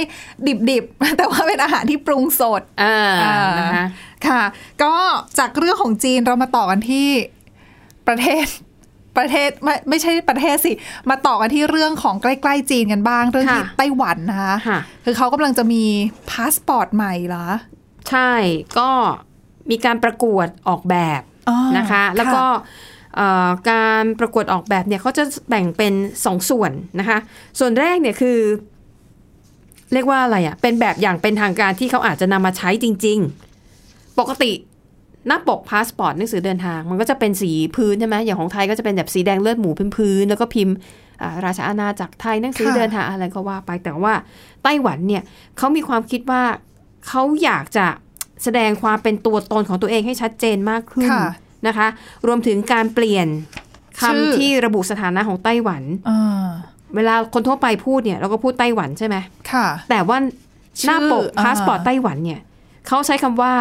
Speaker 2: ดิบๆ แต่ว่าเป็นอาหารที่ปรุงสด
Speaker 3: อ่า
Speaker 2: อ่าน
Speaker 3: นะคะ
Speaker 2: ค่ะ ก็จากเรื่องของจีนเรามาต่อกันที่ประเทศ ประเทศไม่ไม่ใช่ประเทศสิ มาต่อกันที่เรื่องของใกล้ๆจีนกันบ้าง เรื่องที่ไต้หวันนะคะ
Speaker 3: ค่ะ
Speaker 2: คือเขากำลังจะมีพาสปอร์ตใหม่เหรอ
Speaker 3: ใช่ก็มีการประกวดออกแบบ
Speaker 2: อ๋อ
Speaker 3: นะคะแล้วก็เอ่อการประกวดออกแบบเนี่ยเขาจะแบ่งเป็นสองส่วนนะคะ ส่วนแรกเนี่ยคือ เรียกว่าอะไรอะ่ะเป็นแบบอย่างเป็นทางการที่เขาอาจจะนำมาใช้จริง ๆ ปกติหน้าปกพาสปอร์ตหนังสือเดินทาง มันก็จะเป็นสีพื้นใช่ไหมอย่างของไทยก็จะเป็นแบบสีแดงเลือดหมูพื้นๆแล้วก็พิมพ์อ่าราชาอาณาจักรไทยหนังสือเดินทางอะไรก็ว่าไปแต่ว่าไต้หวันเนี่ยเขามีความคิดว่าเขาอยากจะแสดงความเป็นตัวตนของตัวเองให้ชัดเจนมากขึ้น
Speaker 2: ค่ะ
Speaker 3: นะคะรวมถึงการเปลี่ยนคำ
Speaker 2: ชื่อ
Speaker 3: ที่ระบุสถานะของไต้หวัน
Speaker 2: อ่า
Speaker 3: เวลาคนทั่วไปพูดเนี่ยเราก็พูดไต้หวันใช่ไหม
Speaker 2: ค่ะ
Speaker 3: แต่ว่าหน้าปก
Speaker 2: ชื่ออ่า
Speaker 3: พาสปอร์ตไต้หวันเนี่ยเขาใช้คำว่า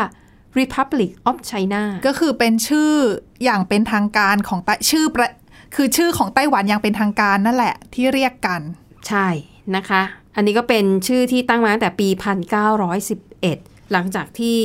Speaker 3: Republic of China
Speaker 2: ก็คือเป็นชื่ออย่างเป็นทางการของไต้ชื่อประคือชื่อของไต้หวันอย่างเป็นทางการนั่นแหละที่เรียกกัน
Speaker 3: ใช่นะคะ อันนี้ก็เป็นชื่อที่ตั้งมาตั้งแต่ปี 1911 หลังจากที่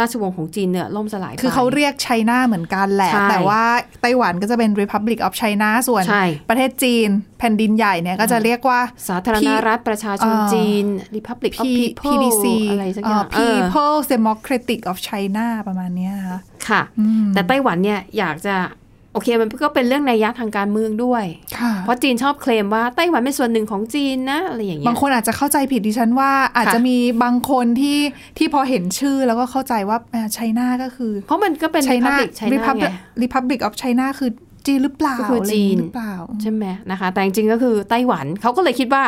Speaker 3: ราชวงศ์ของจีนเนี่ยล่มสลายไป
Speaker 2: คือเขาเรียกไชน่าเหมือนกันแหละ
Speaker 3: ใช่
Speaker 2: แต่ว่าไต้หวันก็จะเป็น Republic of China ส่วน
Speaker 3: ใช่
Speaker 2: ประเทศจีนแผ่นดินใหญ่เนี่ยก็จะเรียกว่า
Speaker 3: สาธารณรัฐประชาชน
Speaker 2: เอ่อ
Speaker 3: จีน Republic of
Speaker 2: P-
Speaker 3: People
Speaker 2: PDC
Speaker 3: อะไรสักอ
Speaker 2: เอ่
Speaker 3: ย่า
Speaker 2: อ
Speaker 3: งเออ
Speaker 2: People's Democratic of China ประมาณเนี้ยนะคะ
Speaker 3: ค่ะ
Speaker 2: อืม
Speaker 3: แต่ไต้หวันเนี่ยอยากจะ โอเคมันก็เป็นเรื่องในยยะทางการเมืองด้วย
Speaker 2: ค่ะ
Speaker 3: เพราะจีนชอบเคลมว่าไต้หวันเป็นส่วนหนึ่งของจีนนะอะไรอย่างเงี้ย
Speaker 2: บางคนอาจจะเข้าใจผิดดิฉันว่าอาจจะมีบางคนที่ที่พอเห็นชื่อแล้วก็เข้าใจว่าไชน่าก็คือ
Speaker 3: เพราะมันก็เป็น
Speaker 2: China
Speaker 3: Republic China ไง
Speaker 2: Republic Republic of China คือจีนหรือเปล่า
Speaker 3: ก็คือจี
Speaker 2: ะ
Speaker 3: น
Speaker 2: ไรย่างหรือเปล่า
Speaker 3: ใช่ไหมนะคะ แต่จริงๆก็คือไต้หวันเขาก็เลยคิดว่า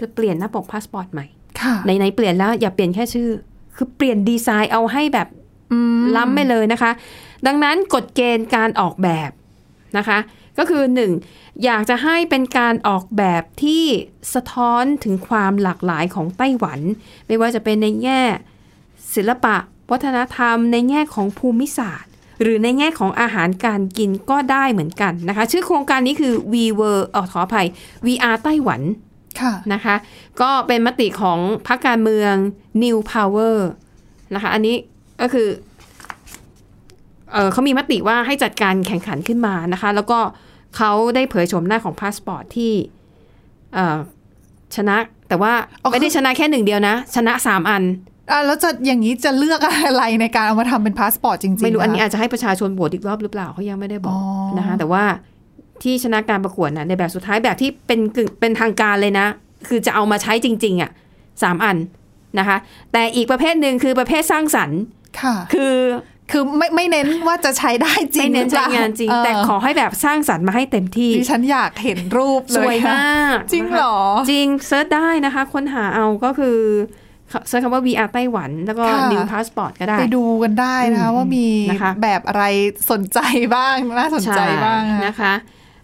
Speaker 3: จะเปลี่ยนหน้าปกพาสปอร์ตใหม่
Speaker 2: ค่ะ
Speaker 3: ในในๆเปลี่ยนแล้วอย่าเปลี่ยนแค่ชื่อ คือเปลี่ยนดีไซน์เอาให้แบบ
Speaker 2: อืม
Speaker 3: ล้ำไปเลยนะคะ ดังนั้นกฎเกณฑ์การออกแบบนะคะ ก็คือหนึ่งอยากจะให้เป็นการออกแบบที่สะท้อนถึงความหลากหลายของไต้หวัน ไม่ว่าจะเป็นในแง่ ศิลปะ วัฒนธรรม ในแง่ของภูมิศาสตร์ หรือในแง่ของอาหารการกินก็ได้เหมือนกันนะคะ ชื่อโครงการนี้คือ We Were เออขออภัย VR ไต้หวัน
Speaker 2: ค่ะ
Speaker 3: นะคะ ก็เป็นมติของพรรคการเมือง New Power นะคะ อันนี้ก็คือเออเขามีมติว่าให้จัดการแข่งขันขึ้นมานะคะ แล้วก็เขาได้เผยโฉมหน้าของพาสปอร์ตที่เอ่อชนะ แต่ว่า
Speaker 2: อ๋อคือ
Speaker 3: ไม่ได้ชนะแค่หนึ่งเดียวนะ ชนะสามอัน
Speaker 2: อ่ะแล้วจะอย่างนี้จะเลือกอะไรในการเอามาทำเป็นพาสปอร์ตจริงๆ
Speaker 3: ไม่รู้อันนี้
Speaker 2: ะ
Speaker 3: อาจจะให้ประชาชนโหวตอีกรอบหรือเปล่าเขายังไม่ได้บอก
Speaker 2: อ๋อ
Speaker 3: นะคะแต่ว่าที่ชนะการประกวดนะในแบบสุดท้ายแบบที่เป็นกึ่งเป็นทางการเลยนะ คือจะเอามาใช้จริง ๆอ่ะสามอันนะคะ แต่อีกประเภทหนึ่งคือประเภทสร้างสรรค์
Speaker 2: ค่ะ
Speaker 3: คือ
Speaker 2: คือไม่ไม่เน้นว่าจะใช้ได้จริง
Speaker 3: ไม่เน้น
Speaker 2: ห
Speaker 3: ใช้
Speaker 2: อปล่
Speaker 3: งานจริง
Speaker 2: เ
Speaker 3: แต่ขอให้แบบสร้างสรรค์มาให้เต็มที่
Speaker 2: ดิฉันอยากเห็นรูปเล
Speaker 3: สวย
Speaker 2: ยค่ะ
Speaker 3: มาก
Speaker 2: จริง
Speaker 3: นะคะ
Speaker 2: เหรอ
Speaker 3: จริงเซิร์ชได้นะคะ ค้นหาเอาก็คือเซิร์ชคำว่า VR ไต้หวัน แล้วก็
Speaker 2: ค่ะ
Speaker 3: New Passport ก็ได้
Speaker 2: ไปดูกันได้นะคะ
Speaker 3: อืม
Speaker 2: ว่ามี
Speaker 3: นะคะ
Speaker 2: แบบอะไรสนใจบ้างน่าสนใจบ้าง
Speaker 3: ช่
Speaker 2: นะ
Speaker 3: นะคะ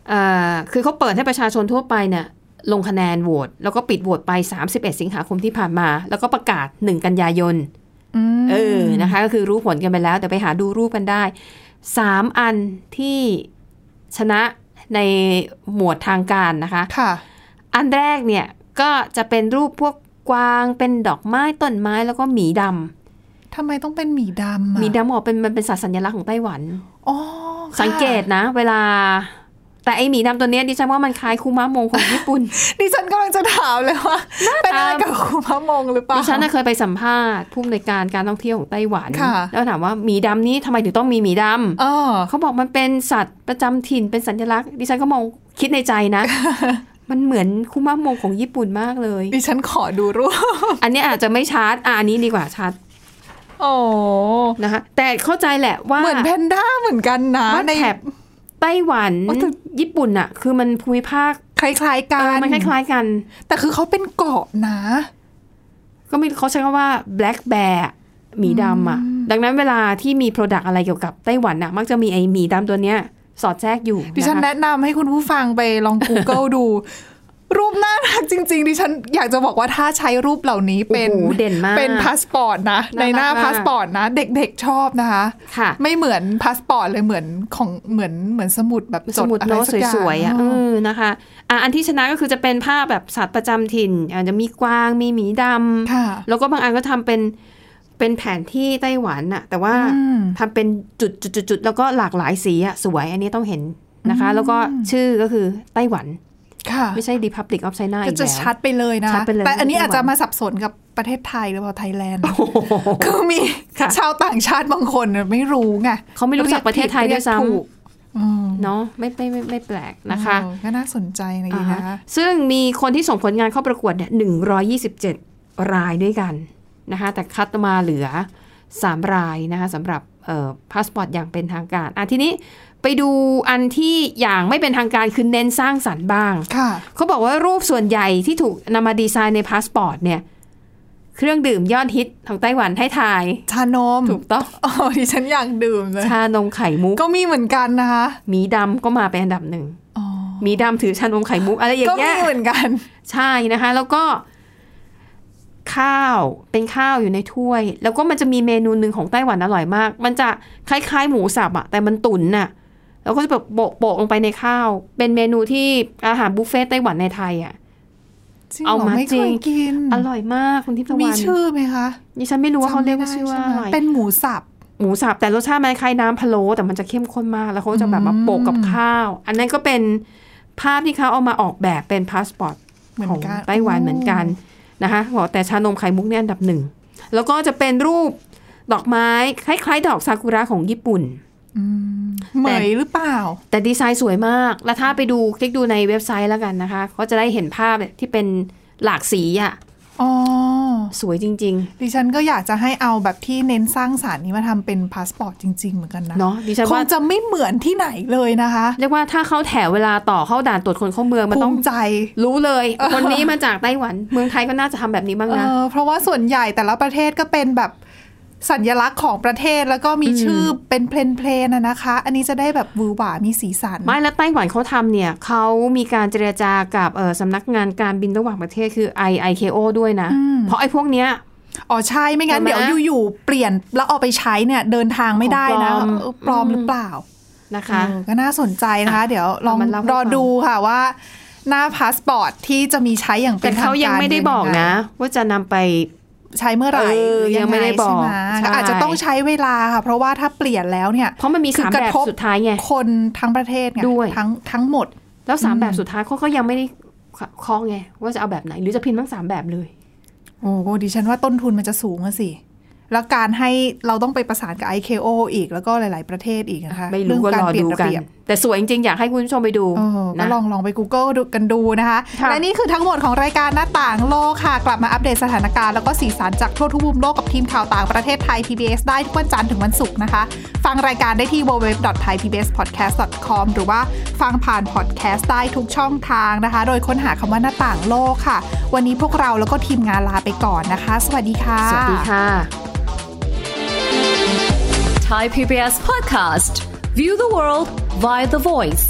Speaker 3: เอ่อคือเขาเปิดให้ประชาชนทั่วไปเนี่ยลงคะแนนโหวตแล้วก็ปิดโหวตไป 31 สิงหาคมที่ผ่านมา แล้วก็ประกาศ 1 กันยายน
Speaker 2: ม
Speaker 3: เออ นะคะ ก็คือรู้ผลกันไปแล้ว แต่ไปหาดูรูปกันได้ 3 อันที่ชนะในหมวดทางการนะคะ
Speaker 2: ค่ะ
Speaker 3: อันแรกเนี่ย ก็จะเป็นรูปพวกกวางเป็นดอกไม้ต้นไม้แล้วก็หมีด
Speaker 2: ทำไมต้องเป็นหมีดำ
Speaker 3: ำ
Speaker 2: อะ
Speaker 3: หมีดำบอกเป็นมันเป็นสัตว์สัญลักษณ์ของไต้หวัน
Speaker 2: อ๋อค่ะ
Speaker 3: สังเกตนะ เวลา แต่ไอหมีดำตัวเนี้ยดิฉันว่ามันคล้ายคูมะมงของญี่ปุ่ น
Speaker 2: ดิฉันกำลังจะถามเลยว่า เป็นอะไร
Speaker 3: ตาม
Speaker 2: กับคุมะมงหรือเปล่า
Speaker 3: ดิฉันน่ะเคยไปสัมภาษณ์ผู้อำนวยการการท่องเที่ยวของไต้หวัน
Speaker 2: ค่ะ
Speaker 3: แล้วถามว่าหมีดำนี้ทำไมถึงต้องมีหมีดำ
Speaker 2: เออ
Speaker 3: เขาบอกมันเป็นสัตว์ประจำถิ่นเป็นสัญลักษณ์ ดิฉันก็มองคิดในใจ นะ มันเหมือนคูมะมงของญี่ปุ่นมากเลย
Speaker 2: ดิฉันขอดูรูป
Speaker 3: อันเนี้ยอาจจะไม่ชัดอ่ะอันนี้ดีกว่าชัด
Speaker 2: โอ้
Speaker 3: นะคะแต่เข้าใจแหละว่า
Speaker 2: เหมือนแพนด้าเหมือนกันนะ
Speaker 3: ว่า
Speaker 2: ใน
Speaker 3: แถบไต้หวัน
Speaker 2: ว่าแต่
Speaker 3: ญี่ปุ่นอะคือมันภูมิภาค
Speaker 2: คล้ายๆ
Speaker 3: เอ
Speaker 2: กั
Speaker 3: อน มันคล้ายๆกัน
Speaker 2: แต่คือเขาเป็นเกาะนะ
Speaker 3: ก็มีเขาใช้คำว่า black bear หมีดำอ่ะ ดังนั้นเวลาที่มี Product อะไรเกี่ยวกับไต้หวันอ่ะ มักจะมีไอหมีดำตัวเนี้ย สอดแทรกอยู่
Speaker 2: ดิฉัน
Speaker 3: ค
Speaker 2: แนะนำให้คุณผู้ฟังไปลอง Google ดู รูปน่ารักจริง ๆ ดิฉันอยากจะบอกว่าถ้าใช้รูปเหล่านี้
Speaker 3: โอ้
Speaker 2: เป็น
Speaker 3: โหเด่นมาก
Speaker 2: เป็นพาสปอร์ตนะ ใน
Speaker 3: น่ารัก
Speaker 2: หน้า
Speaker 3: น่ารัก
Speaker 2: พาสปอร์ตนะ เด็กๆชอบนะคะ
Speaker 3: ค่ะ
Speaker 2: ไม่เหมือนพาสปอร์ตเลยเหมือนของเหมือนเหมือนสมุดแบบจ
Speaker 3: ส
Speaker 2: ด
Speaker 3: มุด
Speaker 2: อะไร
Speaker 3: โน้ต
Speaker 2: สักอย่าง
Speaker 3: สวยๆอ่ะเออนะคะอ่ะอันที่ชนะก็คือจะเป็นภาพแบบสัตว์ประจำถิ่นอาจจะมีกวางมีหมีดำ
Speaker 2: ค่ะ
Speaker 3: แล้วก็บางอันก็ทำเป็นเป็นแผนที่ไต้หวันอ่ะ แต่ว่า
Speaker 2: อืม
Speaker 3: ทำเป็นจุดจุดจุดจุดแล้วก็หลากหลายสีอ่ะสวยอันนี้ต้องเห็นนะคะ แล้วก็ชื่อก็คือไต้หวัน
Speaker 2: ค่ะ
Speaker 3: ไม่ใช่ Republic of China
Speaker 2: ก็
Speaker 3: อีก
Speaker 2: จะ
Speaker 3: แล้ว
Speaker 2: ชัดไปเลยนะ
Speaker 3: ชัดไปเลย
Speaker 2: แต่อันนี้อาจจะ
Speaker 3: ไต้หวัน
Speaker 2: มาสับสนกับประเทศไทยหรือเปล่าไทยแลนด์ คือมี
Speaker 3: ค่ะ
Speaker 2: ชาวต่างชาติบางคนน่ะไม่รู้ไง
Speaker 3: เขาไม่รู้จักประเทศไทยด้วยซ้
Speaker 2: เรีกถูกอืม
Speaker 3: ำเนาะไม่ไม่ไม่ไม่แปลกนะคะ
Speaker 2: เออก็น่าสนใจนะ
Speaker 3: อ่า
Speaker 2: อี
Speaker 3: ฮะ
Speaker 2: นะคะ
Speaker 3: ซึ่งมีคนที่ส่งผลงานเข้าประกวดเนี่ย127 รายด้วยกันนะคะ แต่คัดมาเหลือ 3 รายนะคะสำหรับเอ่อพาสปอร์ตอย่างเป็นทางการอ่ะทีนี้ไปดูอันที่อย่างไม่เป็นทางการคือเน้นสร้างสรรค์บ้าง
Speaker 2: ค่ะ
Speaker 3: เขาบอกว่ารูปส่วนใหญ่ที่ถูกนำมาดีไซน์ในพาสปอร์ตเนี่ย เครื่องดื่มยอดฮิตของไต้หวันให้ทาย
Speaker 2: ชานม
Speaker 3: ถูกต้อง
Speaker 2: โอ้ดิฉันอยากดื่มเลย
Speaker 3: ชานมไข่มุก
Speaker 2: ก็มีเหมือนกันนะคะ
Speaker 3: หมีดำก็มาเป็นอันดับหนึ่ง
Speaker 2: อ๋อ
Speaker 3: หมีดำถือชานมไข่มุกอะไรอย่า
Speaker 2: ก็
Speaker 3: งเงี้
Speaker 2: มี
Speaker 3: ย
Speaker 2: เหมือนกัน
Speaker 3: ใช่นะคะ แล้วก็ ข้าวเป็นข้าวอยู่ในถ้วย แล้วก็มันจะมีเมนูหนึ่งของไต้หวันอร่อยมาก มันจะคล้ายๆ หมูสับอะแต่มันตุ๋นน่ะ แล้วก็จะแบบโปะๆลงไปในข้าว เป็นเมนูที่อาหารบุฟเฟ่ต์ไต้หวันในไทยอะ
Speaker 2: จริง
Speaker 3: เอา
Speaker 2: เหรอ
Speaker 3: มา
Speaker 2: ไม่
Speaker 3: จ
Speaker 2: เค
Speaker 3: ริง
Speaker 2: ยกิน
Speaker 3: อร่อยมากคุณทิพย์ตะวัน
Speaker 2: มีชื่อไหมคะ
Speaker 3: ดิฉันไม่รู้ว่าเขาเรียกว่าชื่อว่า
Speaker 2: จำ
Speaker 3: อะ
Speaker 2: ไม่ได้ใช่
Speaker 3: ไร
Speaker 2: ไหมเป็นหมูสับ
Speaker 3: หมูสับแต่รสชาติมันคล้ายน้ำพะโล้แต่มันจะเข้มข้นมาก แล้วเขาจะแบบมาโปะกับข้าว อันนั้นก็เป็นภาพที่เขาเอามาออกแบบเป็นพาสปอร์ต
Speaker 2: เหมือ
Speaker 3: ของ
Speaker 2: นกัน
Speaker 3: ไต้หวันเหมือนกันนะคะบอกแต่ชานมไข่มุกเนี่ยอันดับหนึ่ง แล้วก็จะเป็นรูปดอกไม้คล้ายๆ ดอกซากุระของญี่ปุ่น
Speaker 2: เหมยหรือเปล่า
Speaker 3: แต่ดีไซน์สวยมาก แล้วถ้าไปดูคลิกดูในเว็บไซต์แล้วกันนะคะก็จะได้เห็นภาพที่เป็นหลากสีอะ
Speaker 2: อ๋อ
Speaker 3: สวยจริง
Speaker 2: ดิฉันก็อยากจะให้เอาแบบที่เน้นสร้างสารรค์นี้มาทำเป็นพาสปอร์ตจริง ๆ เหมือนกันนะ
Speaker 3: เนอะดิฉัน
Speaker 2: ค
Speaker 3: ว่า
Speaker 2: งจะไม่เหมือนที่ไหนเลยนะคะ
Speaker 3: ๆ เรียกว่าถ้าเขาแถวเวลาต่อเข้าด่านตรวจคนเข้าเมืองมัน
Speaker 2: ภู
Speaker 3: ต้อง
Speaker 2: มิใจ
Speaker 3: รู้เลย คนนี้มาจากไต้หวัน เมืองไทยก็น่าจะทำแบบนี้บ้าง
Speaker 2: เอ
Speaker 3: นะ
Speaker 2: อเพราะว่าส่วนใหญ่แต่ละประเทศก็เป็นแบบสัญลักษณ์ของประเทศแล้วก็มีชื่อเป็นเพลนเพลนๆอะนะคะ อันนี้จะได้แบบหวือหวามีสีสัน
Speaker 3: ไม่แล้วไต้หวันเขาทำเนี่ยเขามีการเจรจากับเออสำนักงานการบินระหว่างประเทศคือ IIKO ด้วยนะ
Speaker 2: อืม
Speaker 3: เพราะไอ้พวกเนี้ย
Speaker 2: อ๋อใช่ไม่งั้น
Speaker 3: ใช่ไหม
Speaker 2: เดี๋ยวอยู่ๆเปลี่ยนแล้วเอาไปใช้เนี่ยเดินทางไม่ได้นะ
Speaker 3: ของปลอม
Speaker 2: เออปลอมหรือเปล่า
Speaker 3: นะคะ
Speaker 2: เออก็น่าสนใจนะคะ เดี๋ยวลอง
Speaker 3: เอามาเล่าให้ฟัง
Speaker 2: รอดูค่ะว่า หน้าพาสปอร์ตที่จะมีใช้อย่างเป็
Speaker 3: แต่
Speaker 2: นทางการ
Speaker 3: เขายังไม่ได้บอกนะ ว่าจะนำไป
Speaker 2: ใช้เมื่อไหร่
Speaker 3: เออ
Speaker 2: หรือ
Speaker 3: ยังไม่ได้
Speaker 2: ใช่ห
Speaker 3: บอกใช่
Speaker 2: ก็อาจจะต้องใช้เวลาค่ะ เพราะว่าถ้าเปลี่ยนแล้วเนี่ย
Speaker 3: เพราะมันมี
Speaker 2: คือ
Speaker 3: สาม
Speaker 2: กระ
Speaker 3: แบบ
Speaker 2: ทบ
Speaker 3: สุดท้ายไง
Speaker 2: คนทั้งประเทศไง
Speaker 3: ด้วย
Speaker 2: ทั้งทั้งหมด
Speaker 3: แล้วสามแบบสุดท้ายเขาก็ยังไม่ได้เคาะไง ว่าจะเอาแบบไหน หรือจะพิมพ์ทั้งสามแบบเลย
Speaker 2: โอ้โหดิฉันว่าต้นทุนมันจะสูงอะสิ แล้วการให้เราต้องไปประสานกับ ICAO อีกแล้วก็หลาย ๆ ประเทศอีกนะคะ
Speaker 3: ไม่รู้ก็
Speaker 2: เการ
Speaker 3: อ
Speaker 2: เปลี่ย
Speaker 3: ดู
Speaker 2: นระ
Speaker 3: กัน
Speaker 2: เบียบ
Speaker 3: แต่สวยจริงๆอยากให้คุณผู้ชมไปดู
Speaker 2: เออก็
Speaker 3: นะ
Speaker 2: ลองลองไป Google ดูกันดูนะคะ
Speaker 3: ค่ะ
Speaker 2: และนี่คือทั้งหมดของรายการหน้าต่างโลกค่ะ กลับมาอัปเดตสถานการณ์แล้วก็สีสันจากทั่วทุกมุมโลกกับทีมข่าวต่างประเทศไทย PBS ได้ทุกวันจันทร์ถึงวันศุกร์นะคะ ฟังรายการได้ที่ www.thaipbspodcast.com หรือว่าฟังผ่านพอดแคสต์ได้ทุกช่องทางนะคะ โดยค้นหาคำว่าหน้าต่างโลกค่ะ วันนี้พวกเราแล้วก็ทีมงานลาไปก่อนนะคะ สวัสดีค่ะ
Speaker 3: สวัสดีค่ะ
Speaker 11: Thai PBS podcast. View the world via the voice.